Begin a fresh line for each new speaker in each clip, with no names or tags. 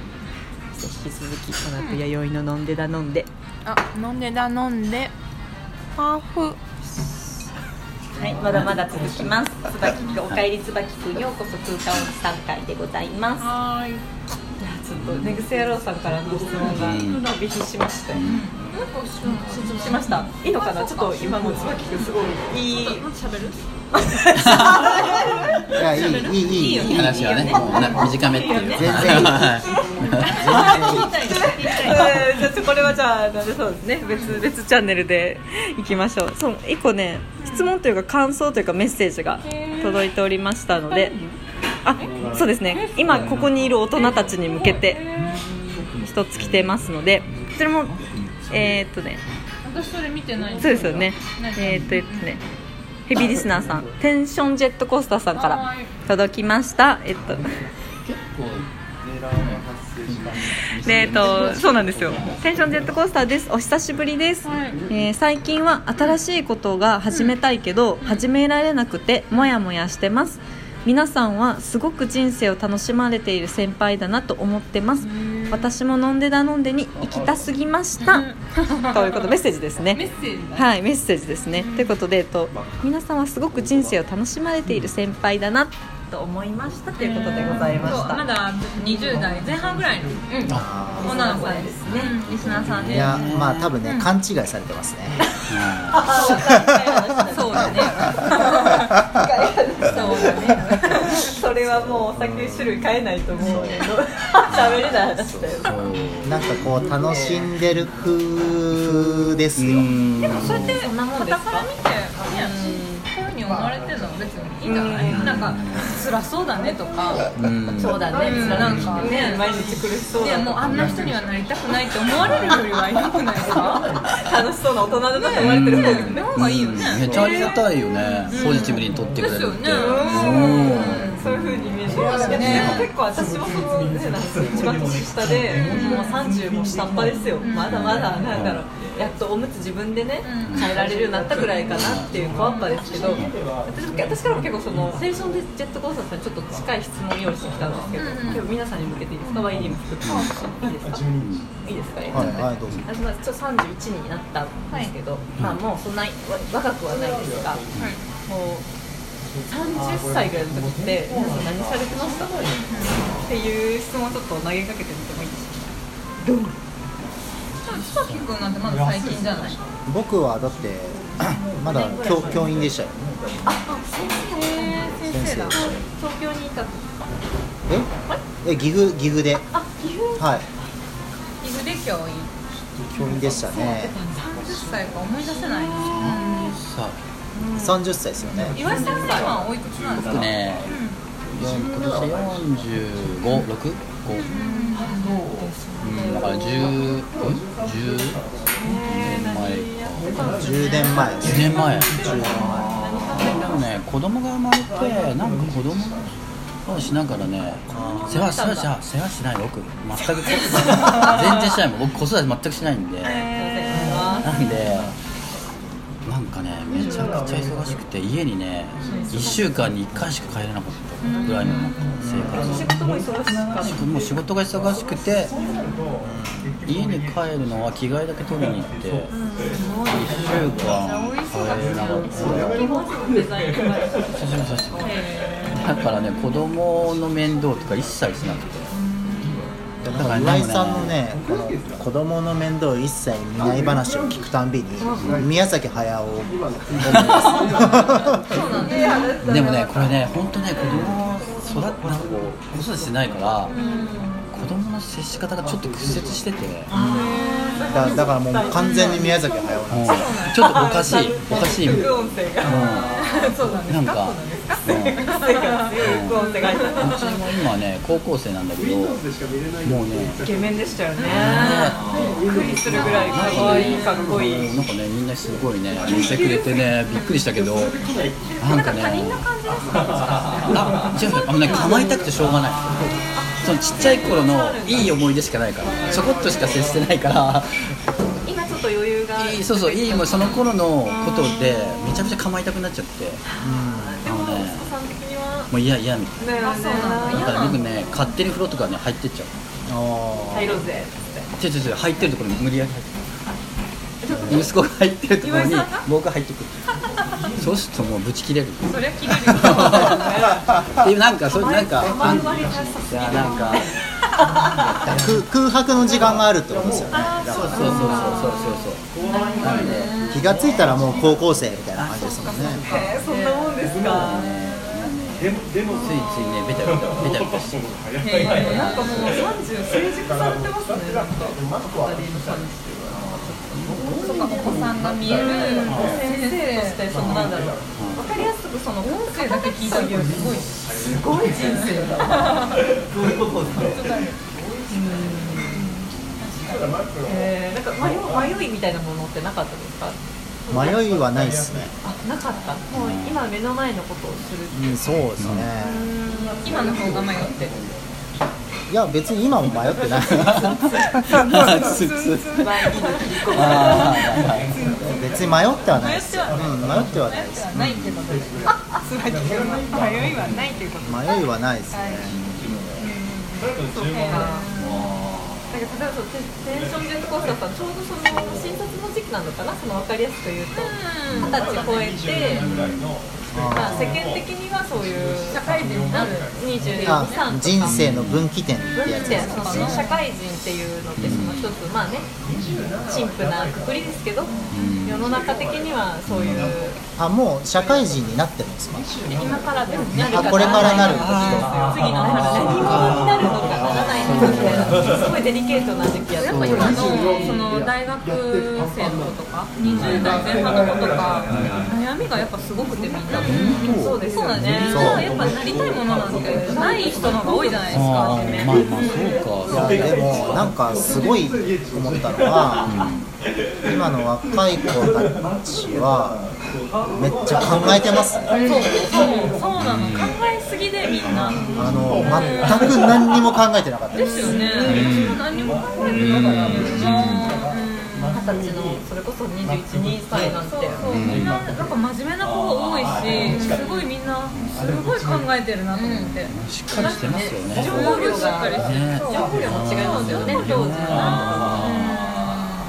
じゃあ引き続きこの後弥生の飲んでだ飲んで
あ飲んでだ飲んでハーフ
はいまだまだ続きます椿くんおかえり椿くんようこそ空間おじさん会でございます
はーい
いやちょっと寝癖野郎さんからの質問が伸びひしましてしましたいいのかなちょっと今も椿くんすごいいい
いやいいいいいい
いい話はね、もうな短めっていう。
全然いい
うんじゃあちょこれはじゃあなんでそうですね別別チャンネルでいきましょうそう一個ね質問というか感想というかメッセージが届いておりましたのであそうですね今ここにいる大人たちに向けて一つ来てますのでそれもえー、っとね
私それ見てない
そうですよねえー、っとえっとねヘビーリスナーさんテンションジェットコースターさんから届きましたえっとでえっと、そうなんですよテンションジェットコースターですお久しぶりです、
はい
えー最近は新しいことが始めたいけど、始められなくてモヤモヤしてます皆さんはすごく人生を楽しまれている先輩だなと思ってます私も飲んでだ飲んでに行きたすぎましたということメッセージですね
メッセージだ
はい、メッセージですね。ということで、えっと、皆さんはすごく人生を楽しまれている先輩だなと思いましたということでございまし
そう
た。
まだ20代前半ぐらいの女の子です
ね、リスナーさん
いやまあ多分ね勘違いされてますね
あ
そう だねそうだね
それはもうお酒種類変えないと思うけど、喋れない話だよ。
ーそう
なんかこう楽しんでる風です
う
よ
ーん。
そうやって
そんなもんですか
傍から見てねこういうふうに思われてるのは別にいいんじゃないなんか辛そうだねとか
うん
そうだね、
うん
なんかね
ね、
毎日苦しそう
ね
だ
もう
な。
あんな人にはなりたくないって思われるよりはいなくないですか
楽しそうな大人だなと思われてる方がね。
の方がいいよね
めっちゃありがたいよね。ポジティブに取ってくれるって。
ですよね
うん
そういう風に見えてる。
だね
でも結構私もそのね、なんか一番年下で、もう三十も下っ端ですよ。まだまだなんだろう。やっとおむつ自分でね、変えられるようになったぐらいかなっていう小っぱですけど、私も私からも結構その青春でジェットコースターさんにちょっと近い質問用意してきたんですけど、今日皆さんに向けていいですか？ワインに向けていいですか？いいですか？
はいはいどうぞ
私はちょっと31になったんですけど、まあ、もうそんなわ若くはないですが、もう30歳ぐらいの時って皆さん何されてました、っていう質問をちょっと投げかけてみてもいいですか
ちさきくんなんてまだ最近じゃない
僕はだって まだ教教員でしたよ
先
先生でしたよ
東京にいた
ええ岐阜岐阜で
あ岐阜
はい
岐阜で教員
教員でしたね
30歳か思い出せない
さ
30歳ですよね
岩井さんは今おいくつなんです
あ、
か
僕ね、よん今年四十五、六、五。うん、だから十、うん十。前か。
10年前です
10年前でもね子供が生まれてなんか子供をしながらね世話し世話し世話しない僕全く全然しないもん僕子育て全くしないんでなんでなんかねめちゃくちゃ忙しくて家にね1週間に1回しか帰れなかったぐらいのなんか生活
仕事も忙しかった
しもう仕事が忙しくて家に帰るのは着替えだけ取りに行って1週間帰れなかった
日本人のデザインとか
そうそうそうそうだからね子供の面倒とか一切しなくて
だから岩井さんのねこの子供の面倒を一切見ない話を聞くたんびに宮崎駿を
でもねこれね本当ね子供を育てなんかこう子育てしてないから子供の接し方がちょっと屈折しててもう
だだからもう完全に宮崎駿なんですよ
ちょっとおかしいおかしい
副音声が
そうなんです
なんかうん
副音声が入って
うちも今ね高校生なんだけどもうね
イケメンでしたよねびっくりするぐらい可愛いかっこいい
なんかねみんなすごいね見てくれてねびっくりしたけどなんかねあ違うあのね構いたくてしょうがないそのちっちゃい頃のいい思い出しかないからちょこっとしか接してないから
今ちょっと余裕が
いいそうそういいもうその頃のことでめちゃめちゃ構いたくなっちゃって
でもお子さん的には
もう嫌嫌みたい
ねえねえ
なだから僕ね勝手に風呂とかね入ってっちゃう
あ
入ろうぜ
違う違う違う入ってるところに無理やり入ってる息子が入ってるところに
岩井さんが
僕が入ってくるそうするともうぶち切れる
そりゃ切れるよ
っていうなんかそういうなんかあ
あ
ん
んまりさ
いやなんか
あ空空白の時間があるってことですよねだ
そう
か
そうそうそうそうそうなんで
ら気がついたらもう高校生みたいな感じですもんね
えーそんなもんです
なん
か
かねでもでもついついねベタベタベタベタして
なんかもう30成熟されてますねなんかお二人の感じ
そうかお子さんが見える
先生としてそのなんだろう分かりやすくその音
音声だけ聞いたけどすごいす
すごい人生だえーなんか迷い迷いみたいなものってなかったですか
迷いはないですね、
あなかったもう今目の前のことをする
うん、そうですね、
今の方が迷って
いや別に今も迷ってない
つつつ
場合によって
あーはいはい
別に迷ってはない
迷
で
っ
す
てはない
うん、迷ってはない
迷って
です
はないけど椿君は迷いはないということ
迷いはないですね、
なんか例えばそうテテンションジェットコースターさんちょうどその診察の時期なのかなその分かりやすく言うと
うん
二十歳超えて、まあ、世間的にはそういう社会人になる2223と
あ
か
人生の分岐点ってや
分
つ
岐
で
点
すね
その新社会人っていうのってその一つまあね陳腐なくくりですけど世の中的にはそういう
あもう社会人になってるんですか
今からでもなる
あ
か
これからなる
な次のなんか何者になるのかならないのかみたいなすごいデリケートな時期やった
やっぱ今のその大学生の子とか20代前半の子とか悩みがやっぱすごくてみんな
そうです
そう
よ
だ
ね
ね
そう
やっぱなりたいものなんてない人の方が多いじゃないですか
あー
ね
まあまあそうか
いやでもなんかすごい思ったのは今の若い子たちはめっちゃ考えてますね
そうそうそうなの考えすぎでみんな
あの全く何にも考えてなかったで
ですすよね私も何も考えてなかったうん
二十歳のそれこそ212歳なんて
そうそうみんななんか真面目な子が多いしすごいみんなすごい考えてるなと思って
しっかりしてますよね
情報量
しっかり
が
して
ね
情報量も違いますよね当時の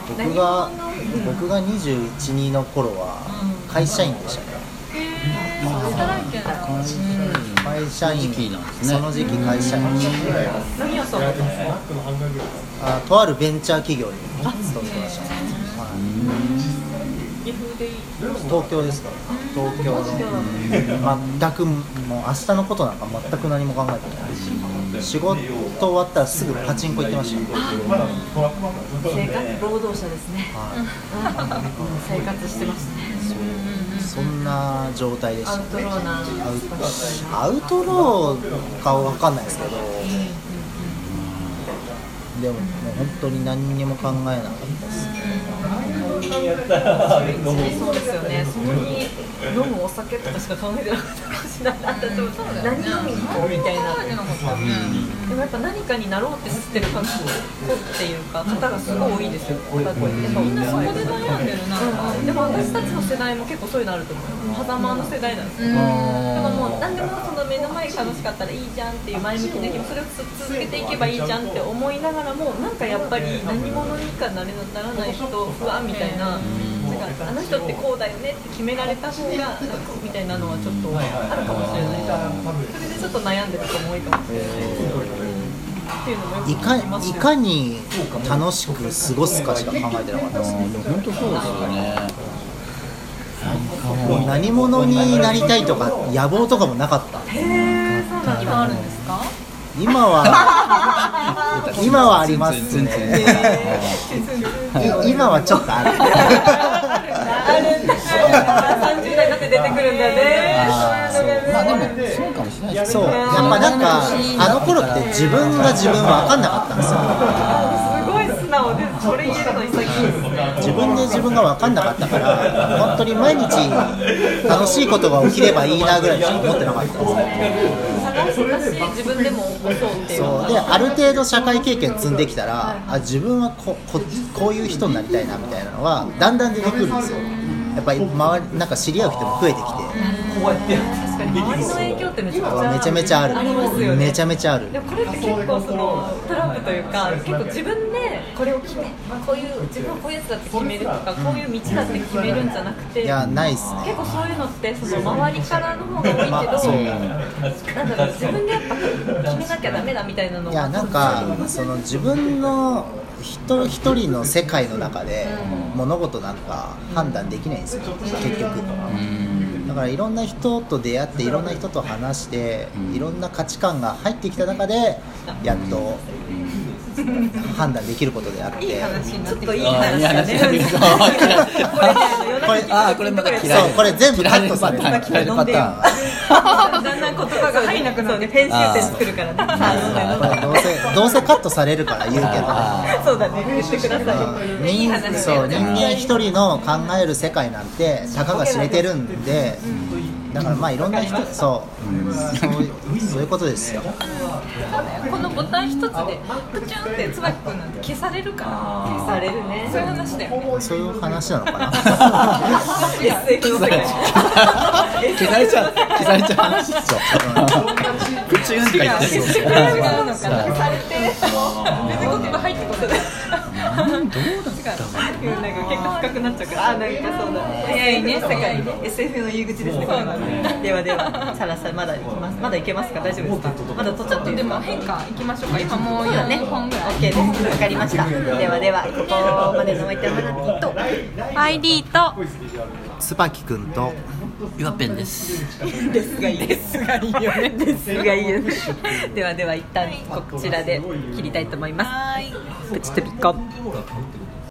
僕が僕が212の頃は会社員でしたね
へー働いてんだ
会社員
時期なんですね
その時期会社員でした
何をそう思ってますか
あとあるベンチャー企業に勤めてましたねはい
岐阜でいい
東京ですか東京の全くもう明日のことなんか全く何も考えてない仕事終わったらすぐパチンコ行ってましたよ
生活労働者ですね
は
生活してますね
いそんな状態でし
ア
た
ウトローな
アウアウトローかわかんないですけどでももう本当に何にも考えなかったです
そうですよねそこに飲むお酒とかしか考えてなかったかもしれない私も何飲みに行こうみたいなでもやっぱ何かになろうって知ってる方っていうか方がすごい多いですよやっぱみんなそ
そこで悩んでるな
でも私たちの世代も結構そういうのあると思う狭間の世代なんですよでももう何でもその目の前楽しかったらいいじゃんっていう前向きな気持ちそれを続けていけばいいじゃんって思いながらもなんかやっぱり何者にかなれならないと不安みたいな。なんかあの人ってこうだよねって決められた方が楽みたいなのはちょっとあるかもしれないそれでちょっと悩んでる人も多いかもしれないっていうのもよく
いか
聞きます
いかに楽しく過ごすかしか考えてなかったです
本当そうですよね
もう何者になりたいとか野望とかもなかった
今あるんですか
今は今はありますねい今はちょっとある
あるんだ30代になって出てくるんだね
あーそうまあでもそうかもしれないです
そうやっぱなんかあの頃って自分が自分分かんなかったんですよ
すごい素直でそれ言えるの潔いですね
自分で自分が分かんなかったから本当に毎日楽しいことが起きればいいなぐらいしか思ってなかったんですね
探すだし自分でも起こそうっていうの
そうである程度社会経験積んできたらあ自分はこここういう人になりたいなみたいなのはだんだん出てくるんですよやっぱり周りなんか知り合う人も増えてきて
怖い確かに周りの影響ってめちゃくちゃ
めちゃめちゃあ
ありますよ
る
ね
めちゃめちゃある
でもこれって結構そのトラップというか結構自分でこれを決めこういう自分はこういうやつだって決めるとかこういう道だって決めるんじゃなくて
いやないっすね
結構そういうのってその周りからの方が多いけど、
まあそう
なんだろう自分でやっぱ決めなきゃダメだみたいなの
いやなんかその自分の一人一人の世界の中で物事なんか判断できないんですよ結局
うん
だからいろんな人と出会っていろんな人と話していろんな価値観が入ってきた中でやっと判断できることであって
いい 話になってきた
いい話だね
これ
あーこれまた嫌い
そうこれ全部カットされる
嫌いなパターン嫌いなパター ン
だんだん言葉が入んなくなって編集点作るからねさあ飲んで飲ん
これどうせどうせカットされるから言うけど
でそうだね言ってくださいいい
人
話
そう人間
一
一人の考える世界なんてたかが知れてるんでだからまあいろんな人そうそういうそういうことですよ
このボタン一つでプチュンって椿君なんて消されるから
消されるね
そういう話だよ ね
そういう話なのかな
SF の世界
消されちゃう消されちゃう話っしょ口うんって言って
消してくれるものなのかな消されて全然言葉入ってこな
うんなん
い
か結構深くなっちゃうからあーなんかそうだね
早いね世界ね
SF の入り口ですねこれはではではさらさらまだ行きますまだ行けますか大丈夫ですかまだ取っちゃっていいで
で
す
も
か
変化いきましょうか今もう
そうだね
4本ぐらい
OK ですわかりましたではではここまでのお相手はマナティーと
ID と
椿君と
岩ペンです
ですがいいですがいいよねですがいいよねではでは一旦こちらで切りたいと思いますプチとピコ